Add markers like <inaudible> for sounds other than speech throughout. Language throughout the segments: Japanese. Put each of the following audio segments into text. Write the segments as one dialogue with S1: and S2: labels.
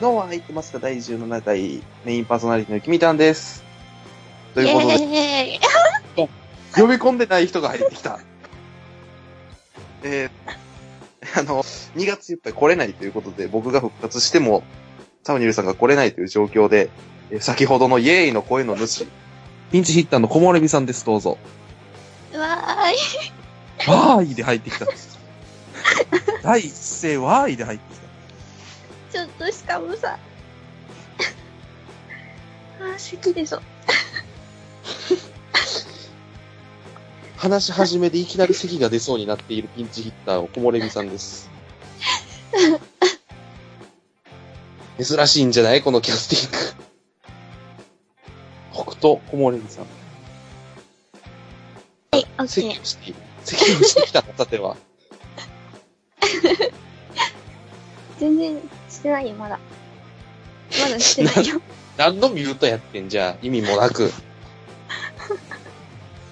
S1: どうも、入ってますか第17回メインパーソナリティのきみたんです。ということで、
S2: イエーイ
S1: 呼び込んでない人が入ってきた。えー、あ <laughs> の、2月いっぱい来れないということで、僕が復活しても、サムニエルさんが来れないという状況で、えー先ほどのイエーイの声の主、ピンチヒッターの小森美さんです、どうぞ。
S2: わーい。
S1: わーいで入ってき
S2: <laughs>
S1: た。第一声わーいで入ってきた。
S2: ちょっとしかもさ。 <laughs> あー、咳でしょ。
S1: 話し始めでいきなり咳が出そうになっているピンチヒッターをこもれみさんです。珍しいんじゃないこのキャスティング。北斗こもれみさん。
S2: はい、オッケ
S1: 咳を
S2: ー。
S1: している。咳をしてきたの、さては。
S2: 全然してないよ、まだ。まだしてないよ。
S1: 何のミュートやってんじゃ意味もなく。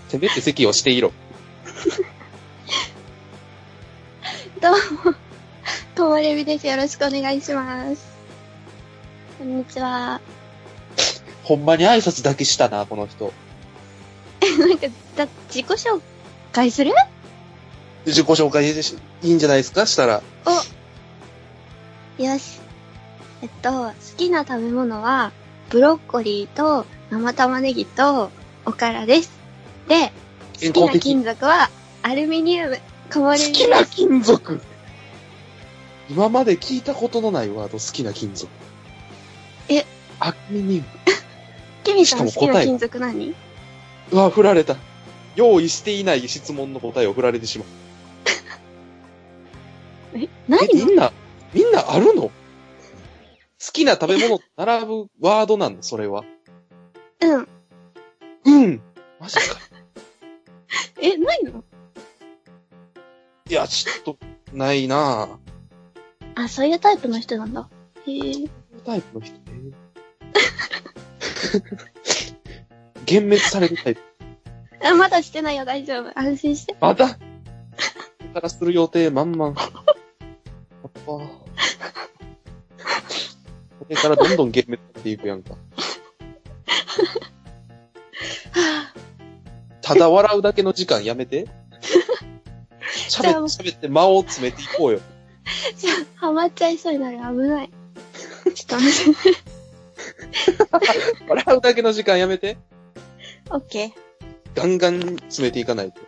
S1: せめて咳をしていろ。
S2: どうも。ともれびです。よろしくお願いします。こんにちは。
S1: ほんまに挨拶だけしたな、この人。
S2: なんか、だ、自己紹介する
S1: 自己紹介でしいいんじゃないですかしたら。
S2: よし。えっと、好きな食べ物は、ブロッコリーと生玉ねぎとおからです。で、
S1: 健
S2: 好
S1: 康
S2: きな
S1: 的
S2: 金属はアルミニウム。こもれ
S1: 好
S2: び
S1: き
S2: で
S1: な
S2: す。
S1: 金属今まで聞いたことのないワード、好きな金属。
S2: え
S1: アルミニウム。
S2: キミさん好
S1: しかも答え
S2: きな
S1: が
S2: 金属何
S1: うわ、振られた。用意していない質問の答えを振られてしまう。
S2: え、何
S1: え、みんな、みんなあるの好きな食べ物と並ぶワードなのそれは。
S2: うん。
S1: うん。マジ
S2: <laughs>
S1: か。
S2: え、ないの
S1: いや、ちょっと、ないなぁ。
S2: あ、そういうタイプの人なんだ。へえ。
S1: タイプの人
S2: <laughs>
S1: ね。幻滅されるタイプ。
S2: あ、まだしてないよ、大丈夫。安心して。
S1: また、からする予定満々。あこれからどんどんゲームやっていくやんか。
S2: は
S1: ただ笑うだけの時間やめて。
S2: じ
S1: 喋
S2: ゃあ
S1: って、喋って間を詰めていこうよ。
S2: ぁじゃあ、ハマっちゃいそうになる。危ない。ちょっと待 <laughs> って。
S1: 笑うだけの時間やめて。
S2: オッケ
S1: ガンガン詰めていかないと。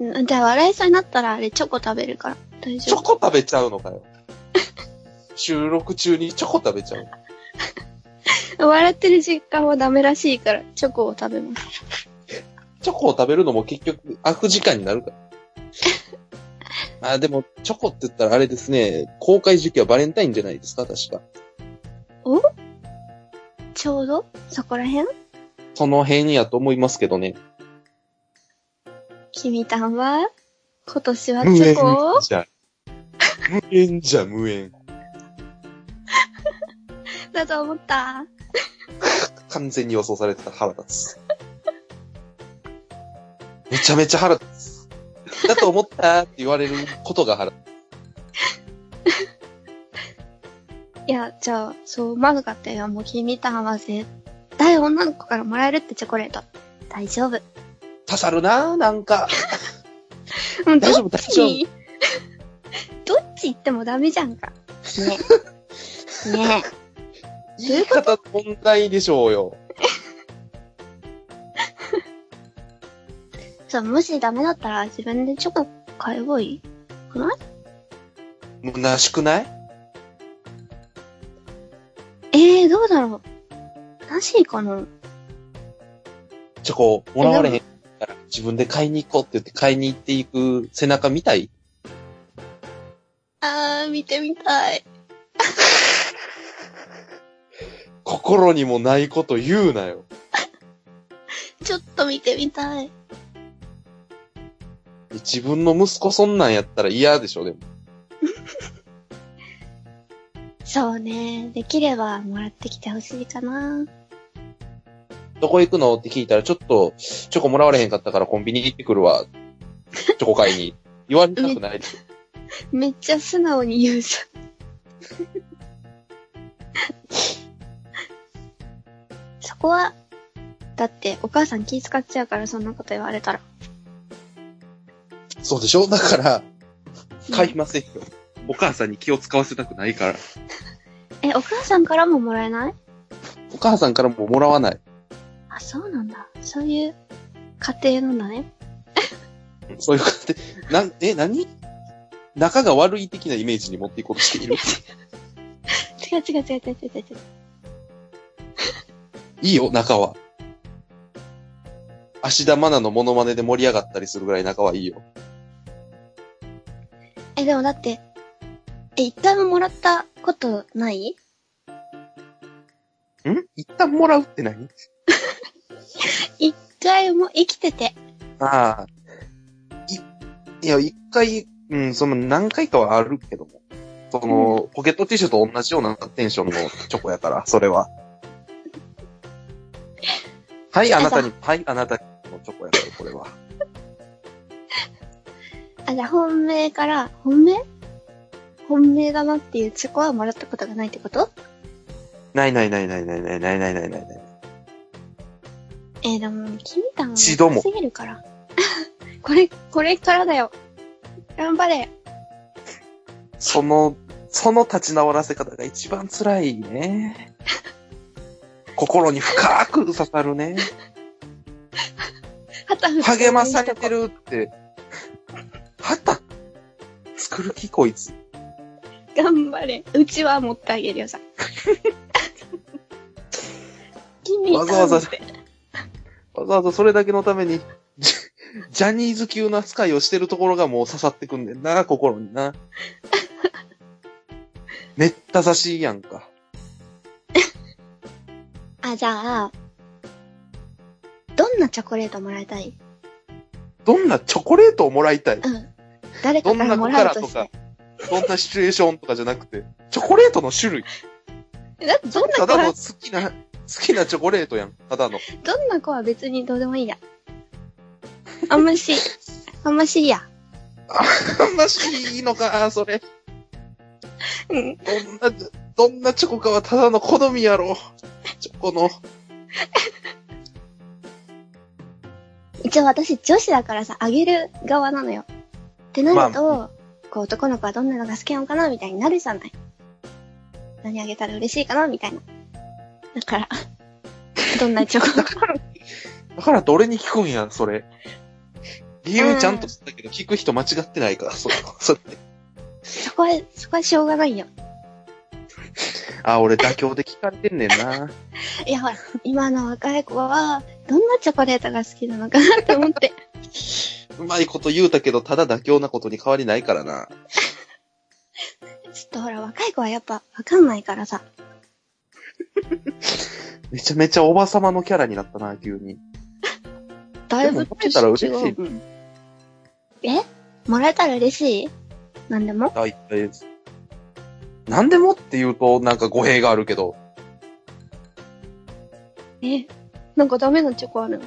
S2: ー。うんじゃあ、笑いそうになったらあれ、チョコ食べるから。大
S1: チ
S2: 丈
S1: ョ
S2: 夫。
S1: コ食べちゃうのかよ。収録中にチョコ食べちゃう。
S2: 笑ってる時間はダメらしいから、チョコを食べます。
S1: チョコを食べるのも結局、空く時間になる <laughs> から。あ、でも、チョコって言ったらあれですね、公開時期はバレンタインじゃないですか、確か。
S2: ちょうどそこら辺
S1: その辺やと思いますけどね。
S2: 君たんは今年はチョコを
S1: じゃ。無縁じゃ、無縁。
S2: だと思った。
S1: 完全に予想されてた腹立つ。 <laughs> めちゃめちゃ腹立つ。だと思ったって言われることが腹立
S2: いや、じゃあ、そう思わなかったよ。もう君たんは絶対女の子からもらえるってチョコレート。大丈夫。
S1: つ。刺さるななんか。
S2: うん
S1: 大丈夫
S2: ど
S1: 大
S2: っ
S1: 丈
S2: ちどっち行ってもダメじゃんか。ね。 <laughs> ね
S1: 言い方問題でしょうよ。
S2: そう、もしダメだったら自分でチョコ買えばいいくない
S1: 虚しくない
S2: ええー、どうだろう。らしいかな
S1: チョコもらわれへんから自分で買いに行こうって言って買いに行っていく背中見たい
S2: あー、見てみたい。
S1: 心にもないこと言うなよ。
S2: ちょっと見てみたい。
S1: 自分の息子そんなんやったら嫌でしょ、でも。
S2: そうね。できればもらってきてほしいかな。
S1: どこ行くのって聞いたら、ちょっと、チョコもらわれへんかったからコンビニ行ってくるわ。チョコ買いに。言われたくない。
S2: めっちゃ素直に言うじそこは、だってお母さん気使っちゃうからそんなこと言われたら。
S1: そうでしょだから、買いませんよ。お母さんに気を使わせたくないから。
S2: え、お母さんからももらえない
S1: お母さんからももらわない。
S2: あ、そうなんだ。そういう家庭なんだね。
S1: そういう感じで、なん、え、何仲が悪い的なイメージに持っていこうとしている。
S2: 違う違う違う違う違う違う。
S1: いいよ、仲は。芦田愛菜のモノマネで盛り上がったりするぐらい仲はいいよ。
S2: え、でもだって、え、一回ももらったことない
S1: ん一旦もらうって何
S2: 一回も生きてて。
S1: ああ。い、いや、一回、うん、その何回かはあるけども。その、ポケットティッシュと同じようなテンションのチョコやから、それ <laughs> は。はい、あなたに、はい、あなたのチョコやから、これは。
S2: あ、じゃあ本命から、本命本命だなっていうチョコはもらったことがないってこと
S1: ないないないないないないないないないないない。
S2: えーでも、君たん
S1: 一度も
S2: すぎるから。 <laughs> これ、これからだよ。頑張れ。
S1: その、その立ち直らせ方が一番辛い
S2: <laughs>
S1: ね。心に深く刺さる
S2: <laughs>
S1: ね。
S2: はたふ
S1: 励まされて。るって。はた作る気こいつ。
S2: 頑張れ。うちは持ってあげるよ、さ。 <laughs> 君たん
S1: わざわざ
S2: って
S1: わざわざそれだけのために、ジジャニーズ級の扱いをしてるところがもう刺さってくんねんな、心に
S2: <laughs>
S1: な。めった刺しいやんか。
S2: あ、じゃあ、どんなチョコレートもらいたい
S1: どんなチョコレートをもらいたい
S2: うん。誰かからもらう <laughs> として。
S1: どんなシチュエーションとかじゃなくて、チョコレートの種類。
S2: だってどん
S1: ただ
S2: な子
S1: の
S2: は
S1: 好、きな、好きなチョコレートやん。ただの。
S2: どんな子は別にどうでもいいや。あんまし、あんましいや。
S1: あんましいいのか、それ。
S2: うん。
S1: どんな、どんなチョコかはただの好みやろ。チョコの。
S2: 一応私女子だからさ、あげる側なのよ。ってなると、こう男の子はどんなのが好きなのかなみたいになるじゃない。何あげたら嬉しいかなみたいな。だから、 <laughs> どんなチョ
S1: <laughs>
S2: コか。
S1: だからどれに聞くんや、それ。理由ちゃんとしたけど、聞く人間違ってないから、そう、そう。
S2: そこは、そこはしょうがないよ。
S1: あ、俺妥協で聞かれてんねんな。
S2: いや、ほら、今の若い子は、どんなチョコレートが好きなのかなって思って。 <laughs>
S1: うまいこと言うたけど、ただ妥協なことに変わりないからな。
S2: ちょっとほら、若い子はやっぱ、わかんないからさ。
S1: めちゃめちゃおばさまのキャラになったな、急に。
S2: だい
S1: で
S2: ぶ
S1: ももらえたら嬉しい
S2: 年違ううんえもらえたら嬉しいなんでも
S1: あ、いっぱいです。なんでもって言うと、なんか語弊があるけど、
S2: え、なんかダメなチョコあるの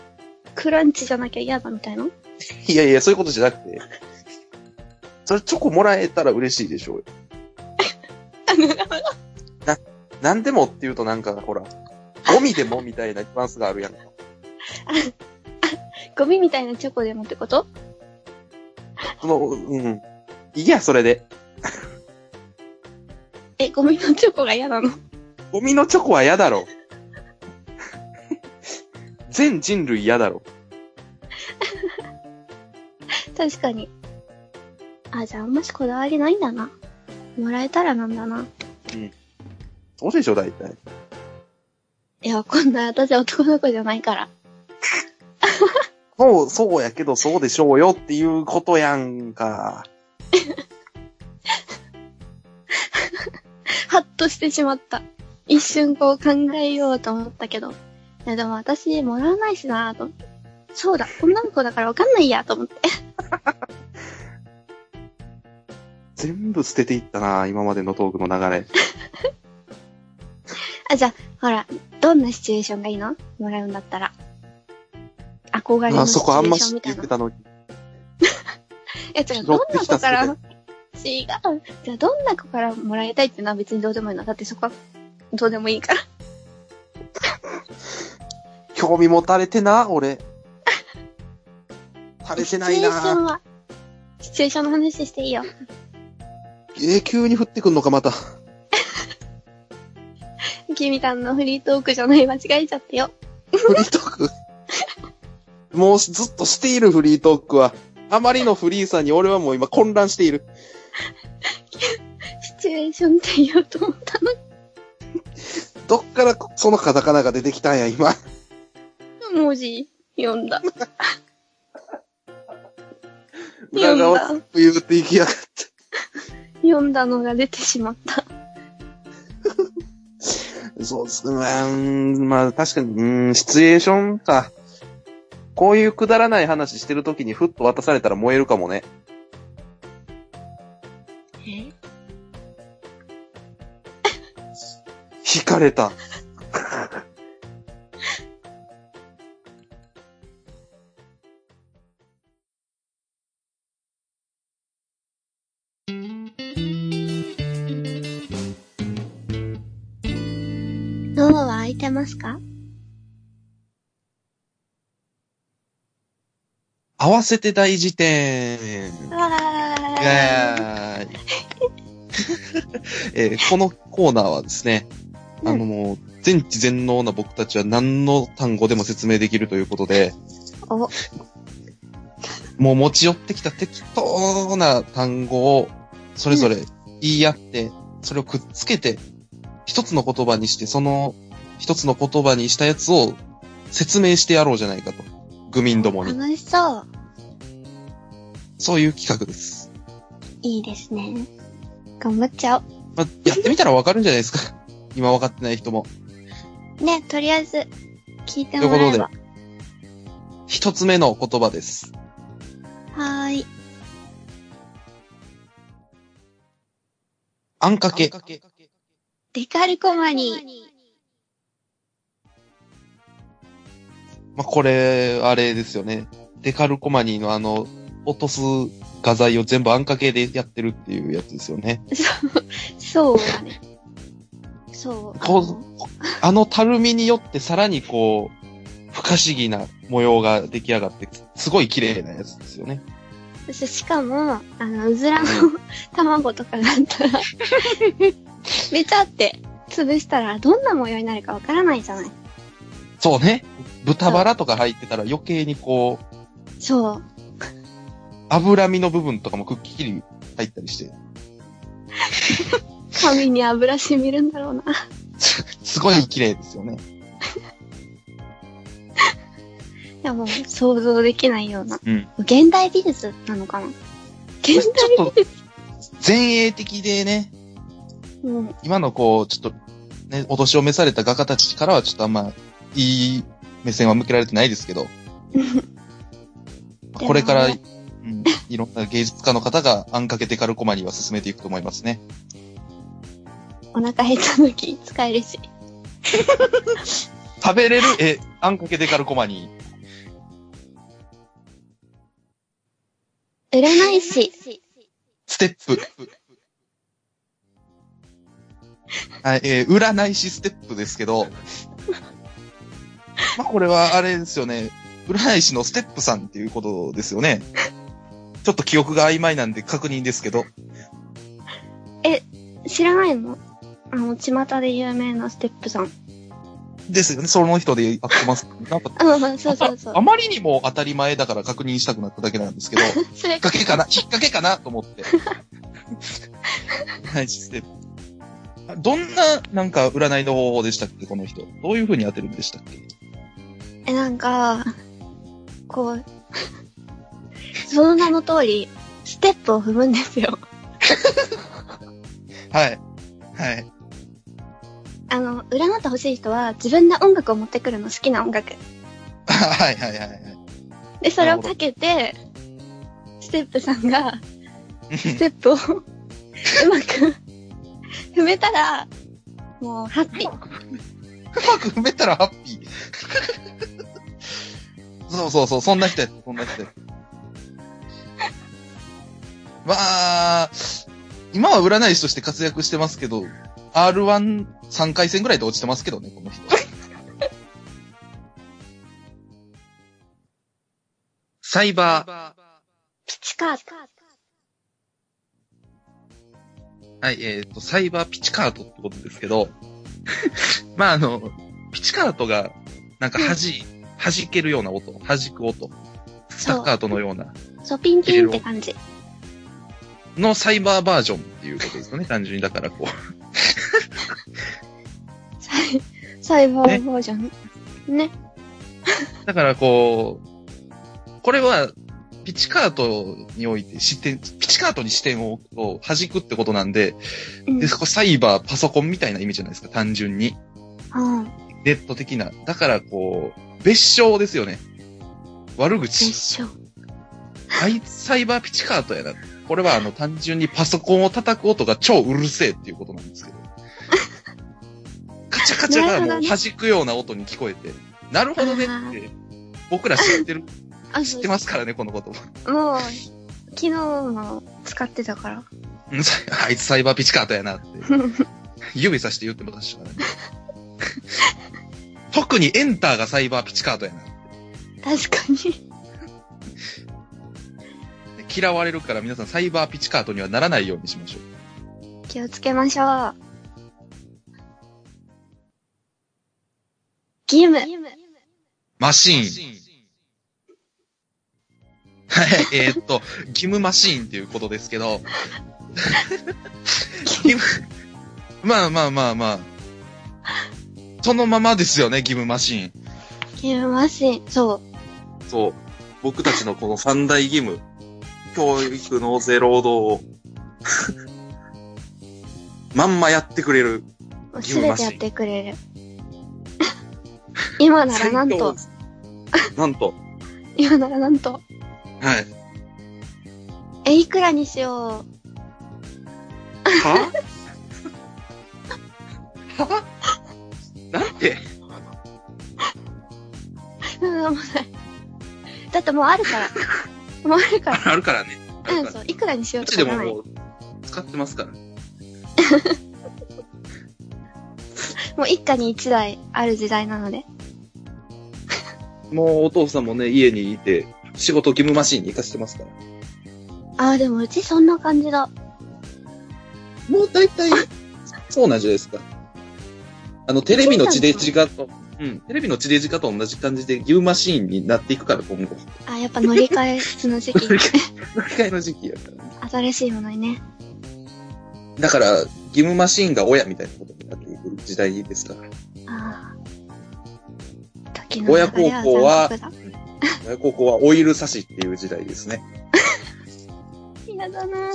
S2: クランチじゃなきゃ嫌だみたいない <laughs>
S1: やいや、そういうことじゃなくて。それチョコもらえたら嬉しいでしょうよ。な、なんでもって言うとなんか、ほら、ゴミでもみたいなニュアンスがあるやんか。
S2: ゴミみたいなチョコでもってこと
S1: その、うん。いいや、それで。
S2: え、ゴミのチョコが嫌なの
S1: ゴミのチョコは嫌だろ。 <laughs> 全人類嫌だろ。
S2: 確かに。あ、じゃああんましこだわりないんだな。もらえたらなんだな。
S1: そうでしょ、大体。
S2: いや、こんな私は男の子じゃないから。
S1: そう、そうやけど、そうでしょうよっていうことやんか。
S2: ハッとしてしまった。一瞬こう考えようと思ったけど。いや、でも私もらわないしなぁと思って。そうだ、女の子だからわかんないやと思って。
S1: 全部捨てていったな、今までのトークの流れ。
S2: あ、じゃあ、ほら、どんなシチュエーションがいいのもらうんだったら。憧れの
S1: あ
S2: シチ
S1: そ
S2: ュエ
S1: こあん
S2: ー
S1: ま
S2: ショ
S1: し
S2: ンみた
S1: 言っ
S2: いな。
S1: てたのに。
S2: え、違う、
S1: 拾
S2: ど
S1: っ
S2: ん
S1: て
S2: な
S1: き
S2: 子
S1: た
S2: から、違う。じゃあ、どんな子からもらいたいってのは別にどうでもいいの。だってそこは、どうでもいいから。
S1: 興味持たれてな、俺。されて
S2: シチ
S1: な
S2: ュ
S1: い
S2: エーション
S1: な。
S2: は、シチュエーションの話していいよ。
S1: えー、急に降ってくんのか、また。 <laughs>
S2: 君たんのフリートークじゃない、間違えちゃってよ。
S1: フリートークもうしずっとしているフリートークは、あまりのフリーさに俺はもう今混乱している。
S2: シチュエーションって言おうと思ったの。
S1: どっからそのカタカナが出てきたんや、今。
S2: 文字
S1: <laughs>
S2: 読んだ。
S1: 裏側
S2: 読んだ。
S1: 言うていきやがって。
S2: 読んだのが出てしまった。
S1: そうっす。うーん、まあ確かに、うーん、シチュエーションか。こういうくだらない話してるときにふっと渡されたら燃えるかもね。
S2: え
S1: 惹かれた。
S2: ドアは開いてますか
S1: 合わせて大辞典。
S2: わ
S1: イェーイえーこのコーナーはですね、あのもう、全知全能な僕たちは何の単語でも説明できるということで、
S2: お、
S1: もう持ち寄ってきた適当な単語を、それぞれ言い合って、それをくっつけて、一つの言葉にして、その一つの言葉にしたやつを説明してやろうじゃないかと。愚民どもに。
S2: 楽しそう。
S1: そういう企画です。
S2: いいですね。頑張っちゃおう。
S1: まあ、やってみたらわかるんじゃないですか。今わかってない人も。
S2: ね、とりあえず、聞いてもらえ
S1: という
S2: ば。
S1: 一つ目の言葉です。
S2: はーい。
S1: あんかけ。
S2: デカルコマ
S1: <laughs>
S2: ニ
S1: まあ、これ、あれですよね。デカルコマニーのあの、落とす画材を全部あんかけでやってるっていうやつですよね。
S2: ー。そう、そうだね。そう。あ
S1: こ
S2: の
S1: う、あのたるみによってさらにこう、不可思議な模様が出来上がって、すごい綺麗なやつですよね。
S2: そしかも、あの、うずらの卵とかがあったら、 <laughs> べちゃって潰したらどんな模様になるかわからないじゃない。
S1: そうね。豚バラとか入ってたら余計にこう、
S2: そう。
S1: 脂身の部分とかもくっきり入ったりして、
S2: 髪に油染みるんだろうな。
S1: すごい綺麗ですよね。
S2: いやもう想像できないような。
S1: うん
S2: 現代美術なのかな現
S1: ちょっと、前衛的でね、
S2: 代、うん、
S1: 今のこう、ちょっと、ね、お年を召された画家たちからはちょっとあんま、いい目線は向けられてないですけ <laughs> ど、これから、
S2: で
S1: うん、いろんな芸術家の方があんかけデカルコマニーは進めていくと思いますね。
S2: お腹減った時使えるし。
S1: 食べれる、え、あんかけデカルコマニー。
S2: 占い師。
S1: ステップ。はい、えー占い師ステップですけど、まあこれはあれですよね、占い師のステップさんっていうことですよね。ちょっと記憶が曖昧なんで確認ですけど、
S2: 知らないのあの、巷で有名なステップさん。
S1: ですよね、その人でやってます。なんか
S2: うん、そうそうそう
S1: あ。まりにも当たり前だから確認したくなっただけなんですけど、引っ
S2: <laughs> それ、
S1: 掛けかな引っ掛けかなと思って。 <laughs> はい、システム。どんな、なんか、占いの方法でしたっけこの人。どういう風に当てるんでしたっけ
S2: え、なんか、こう、その名の通り、ステップを踏むんですよ。
S1: はい。はい。 <laughs>
S2: あの、占ってほしい人は自分の音楽を持ってくるの、好きな音楽。
S1: はい、はい、はいはい。
S2: で、それをかけて、ステップさんが、ステップをうまく踏めたら、もう、ハッピー。
S1: うまく踏めたらハッピー。 <laughs> そうそうそう、そんな人やった、そんな人やった。まあ、今は占い師として活躍してますけど、R13 回戦ぐらいで落ちてますけどね、この人。サイバ
S2: ピチカート。
S1: ー、はい、えっ、と、サイバーピチカートってことですけど、 <laughs> まあ、あの、ピチカートが、なんか弾い、弾けるような音、弾く音、スタッカートのような、
S2: そう、ピンピンって感じ。
S1: のサイバーバージョンっていうことですよね、単純に。だからこう、
S2: サイ、サイバーバージョン。ね。
S1: だからこう、これは、ピチカートにおいて視点、ピチカートに視点をこう弾くってことなんで、
S2: うん
S1: で、そこサイバー、パソコンみたいな意味じゃないですか、単純に。
S2: うん。
S1: ネット的な。だからこう、別称ですよね。悪
S2: で
S1: 口。
S2: しょ。
S1: あいつサイバーピチカートやな。これはあの単純にパソコンを叩く音が超うるせえっていうことなんですけど。カチャカチャがもう弾くような音に聞こえて。なるほどねって、僕ら知ってる、
S2: あ、
S1: 知
S2: そ
S1: ってますからね、この言葉。
S2: う。もう、昨日も使ってたから。
S1: うんさ <laughs> あいつサイバーピチカートやなって。指さして言っても確かに。特にエンターがサイバーピチカートやな。
S2: 確かに。
S1: 嫌われるから皆さんサイバーピチカートにはならないようにしましょう。
S2: 気をつけましょう。義務。
S1: マシーン。はい、えーっと、義務マシーンっていうことですけど、義務、まあまあまあまあ、そのままですよね、義務マシーン。
S2: 義務マシン。そう。
S1: そう。僕たちのこの三大義務。教育、納税、労 <laughs> 働を。まんまやってくれる。
S2: もうすべてやってくれる。 <laughs> 今ならなんと、。
S1: なんと。
S2: 今ならなんと。
S1: はい。
S2: え、いくらにしよう。
S1: ははなんて
S2: うん、もうない。だってもうある
S1: <laughs>
S2: から。もうあるか
S1: あるからね。あ
S2: ら。
S1: る
S2: うん、
S1: から
S2: そう。いくらにしよう
S1: う
S2: と
S1: ち
S2: か
S1: で
S2: じ
S1: も
S2: ゃない。
S1: も
S2: も
S1: う使ってますから。
S2: う一家に一台ある時代なので。
S1: もうお父さんもね、家にいて、仕事義務マシンに活かしてますから。
S2: ああ、でもうちそんな感じだ。
S1: もう大体、そうなんじゃないですか。あの、テレビの地デジ化と、うん、テレビの地デジ化と同じ感じで義務マシンになっていくから、今後。 <laughs>
S2: あーやっぱ乗り換え、その時期。
S1: 乗り換えの時期やからね。
S2: 新しいものにね。
S1: だから、義務マシンが親みたいなことになっていく時代ですから。
S2: ああ。時の流れ
S1: 親
S2: は
S1: 孝行は
S2: 残酷だ
S1: ここはオイル差しっていう時代ですね。
S2: 嫌だな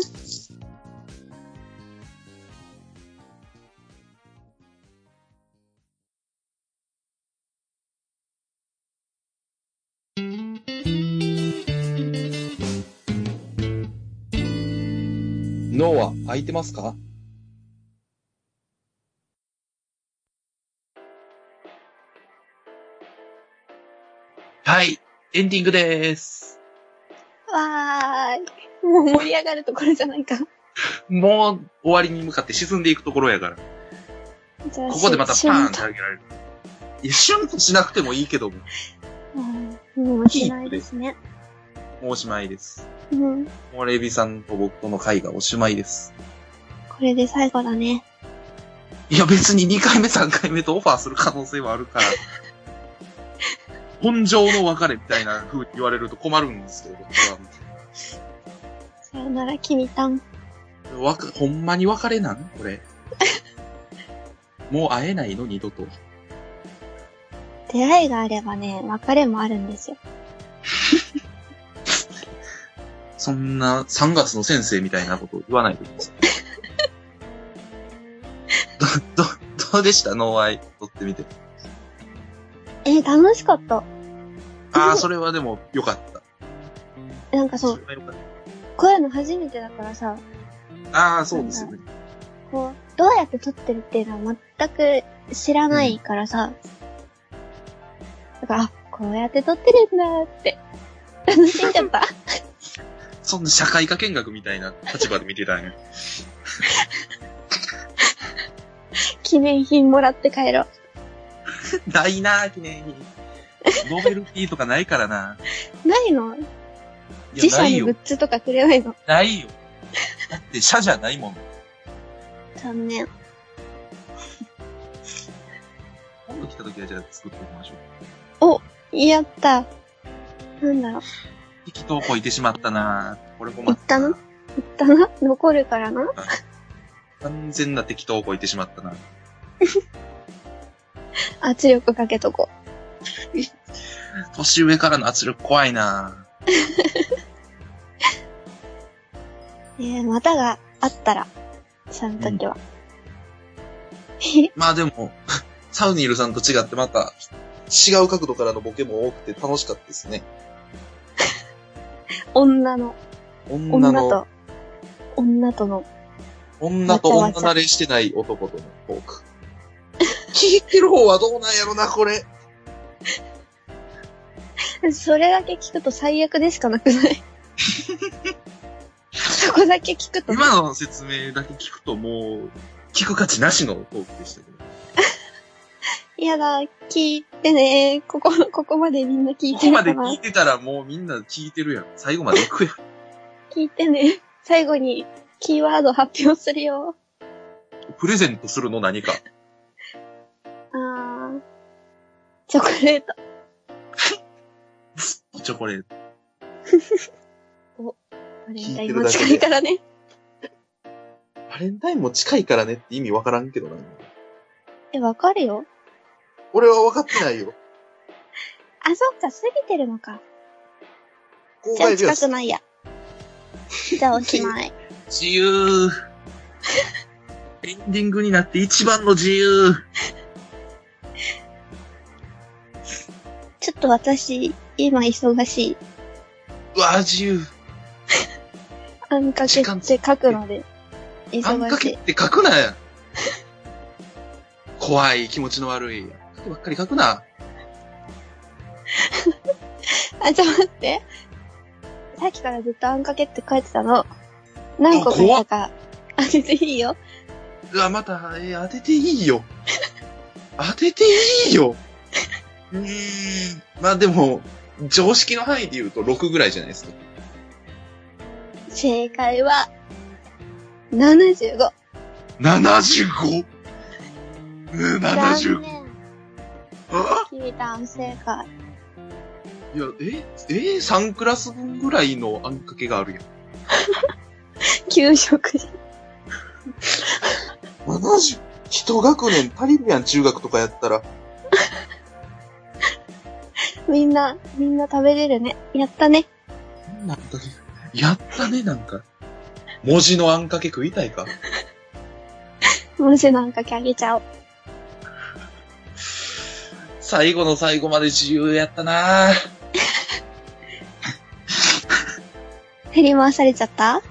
S1: 脳は空いてますかはい、エンディングでーす。
S2: わーい。もう盛り上がるところじゃないか。
S1: もう終わりに向かって沈んでいくところやから。こ
S2: じゃあ
S1: こでまたパーンっ
S2: シ
S1: て
S2: ュン
S1: 上げられる。いや、シュンとしなくてもいいけども、
S2: とうんもうしないですね。
S1: もうおしまいです。
S2: うん。こ
S1: もうレビさんと僕との会がおしまいです。
S2: れで最後だね。
S1: いや、別に2回目3回目とオファーする可能性はある <laughs> から。本情の別れみたいな風に言われると困るんですけど、僕は。
S2: さよなら、君たん。
S1: わか、ほんまに別れなんこれ。もう会えないの二度と。
S2: 出会いがあればね、別れもあるんですよ。
S1: そんな3月の先生みたいなこと言わないでください。 <laughs> ど、ど、どうでしたノーアイ。撮ってみて。
S2: えー、楽しかった。
S1: ああ、それはでも良かった。
S2: なんかそ、
S1: そうれは良かっ
S2: こういうの初めてだからさ、
S1: た。ああ、そうですよね。
S2: こう、どうやって撮ってるっていうのは全く知らないからさ、だから、あ、こうやって撮ってるんだーって、楽しんじゃ
S1: <laughs>
S2: った。
S1: そんな社会科見学みたいな立場で見てたんや。
S2: 記念品もらって帰ろう。 <laughs>
S1: ないなあ記念品。ノベルティとかないからな
S2: ないの自
S1: な
S2: 社
S1: い
S2: に
S1: よ
S2: グッ。ズとかくれないの。
S1: ないよ。だって、社じゃないもん。
S2: 残念。
S1: 今度来た時はじゃあ作っておきましょう。
S2: やった。なんだろう。
S1: 適当こいてしまったなぁこれ困
S2: 言ったの言ったな残るからな。
S1: 完全な適当をこいてしまったな
S2: 圧力かけとこ
S1: 年上からの圧力怖いな
S2: う。えー、股があったら、その時は。
S1: まあでも、サウニールさんと違ってまた、違う角度からのボケも多くて楽しかったですね。
S2: <laughs> 女の、
S1: 女
S2: 女
S1: の、
S2: と、女との、
S1: 女と
S2: わ
S1: 女
S2: ちゃわちゃ
S1: 慣れしてない男とのトーク。聞いてる方はどうなんやろな、これ。
S2: それだけ聞くと最悪でしかなくない <laughs> そこだけ聞くと、
S1: 今の説明だけ聞くともう、聞く価値なしのトークでしたけど。
S2: やだ、聞いてねここ、ここまでみんな聞い
S1: こ
S2: て
S1: こ
S2: る
S1: ま
S2: か
S1: で
S2: な
S1: 聞いてたらもうみんな聞いてるやん。最後まで行くやん。
S2: 聞いてね最後に、キーワード発表するよ。
S1: プレゼントするの何か。
S2: あー。チョコレート。
S1: チョコレート。
S2: バレンタインも近いからね。
S3: バレンタインも近いからねって意味わからんけどな。
S2: え、わかるよ。
S3: 俺は分かってないよ。
S2: あ、そっか、過ぎてるのか。
S3: 公
S2: じゃ
S3: 開日は
S2: あ近くないや。 <laughs> じゃあおしまい。
S1: 自由。エンディングになって一番の自由。
S2: ちょっと私、今忙しい。
S1: うわ、自由。
S2: あんかけ
S1: 時
S2: っ
S1: 間
S2: て書くので、
S1: あんか
S2: 忙し
S1: けっ
S2: い。
S1: て書くなや。怖い、気持ちの悪い。あんかけばっかり書くな。
S2: あ、ちょっと待って。さっきからずっとあんかけって書いてたの。何個書いたか当てていいよ。
S1: うわ、また、えー当てていいよ。 <laughs> 当てていいよ。うーん。まあでも、常識の範囲で言うと6ぐらいじゃないですか。
S2: 正解は、75。
S1: 75! うん
S2: 残
S1: 75!
S2: 念。
S1: あ
S2: 君たん正解。
S1: いや、え、えー、3クラス分ぐらいのあんかけがあるやん。
S2: 給食じゃん。
S3: 70、一学年足りるやん、中学とかやったら。
S2: みんな、みんな食べれるね。やったね。
S1: なんかけ、やったね、なんか。文字のあんかけ食いたいか
S2: もしなんかけあげちゃおう。
S1: 最後の最後まで自由やったなぁ。
S2: 振り回されちゃった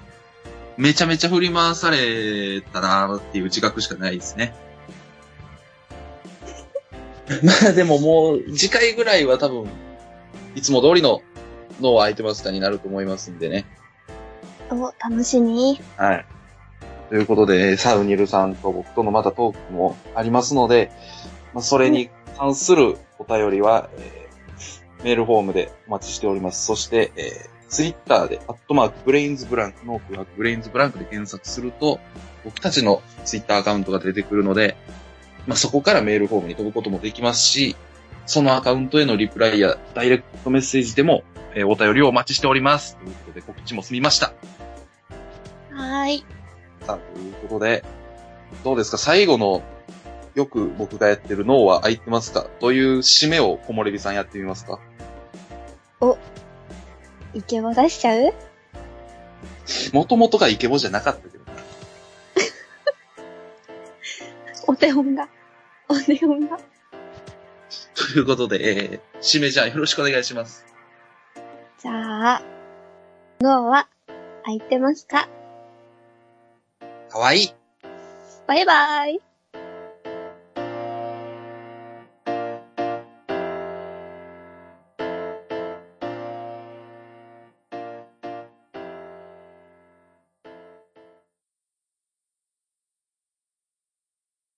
S1: めちゃめちゃ振り回されたなぁっていう自覚しかないですね。 <laughs> まあでももう、次回ぐらいは多分、いつも通りの脳は空いてますかになると思いますんでね。
S2: お、楽しみ。
S3: はい。ということで、サウニルさんと僕とのまたトークもありますので、まあ、それに関するお便りは、えーメールフォームでお待ちしております。そして、えツイッター Twitter で、アットマーク、ブレインズブランク、ノークラブレインズブランクで検索すると、僕たちのツイッターアカウントが出てくるので、まあ、そこからメールフォームに飛ぶこともできますし、そのアカウントへのリプライやダイレクトメッセージでも、えーお便りをお待ちしております。ということで、告知も済みました。
S2: はーい。
S3: さんということで、どうですか最後の、よく僕がやってる脳は空いてますかという締めを木漏れ日さんやってみますか
S2: イケボ出しちゃう
S3: もともとがイケボじゃなかったけど。
S2: お手本が。お手本が。
S1: ということで、えー、締めじゃあよろしくお願いします。
S2: じゃあ、脳は空いてますか
S1: かわいい。
S2: バイバーイ。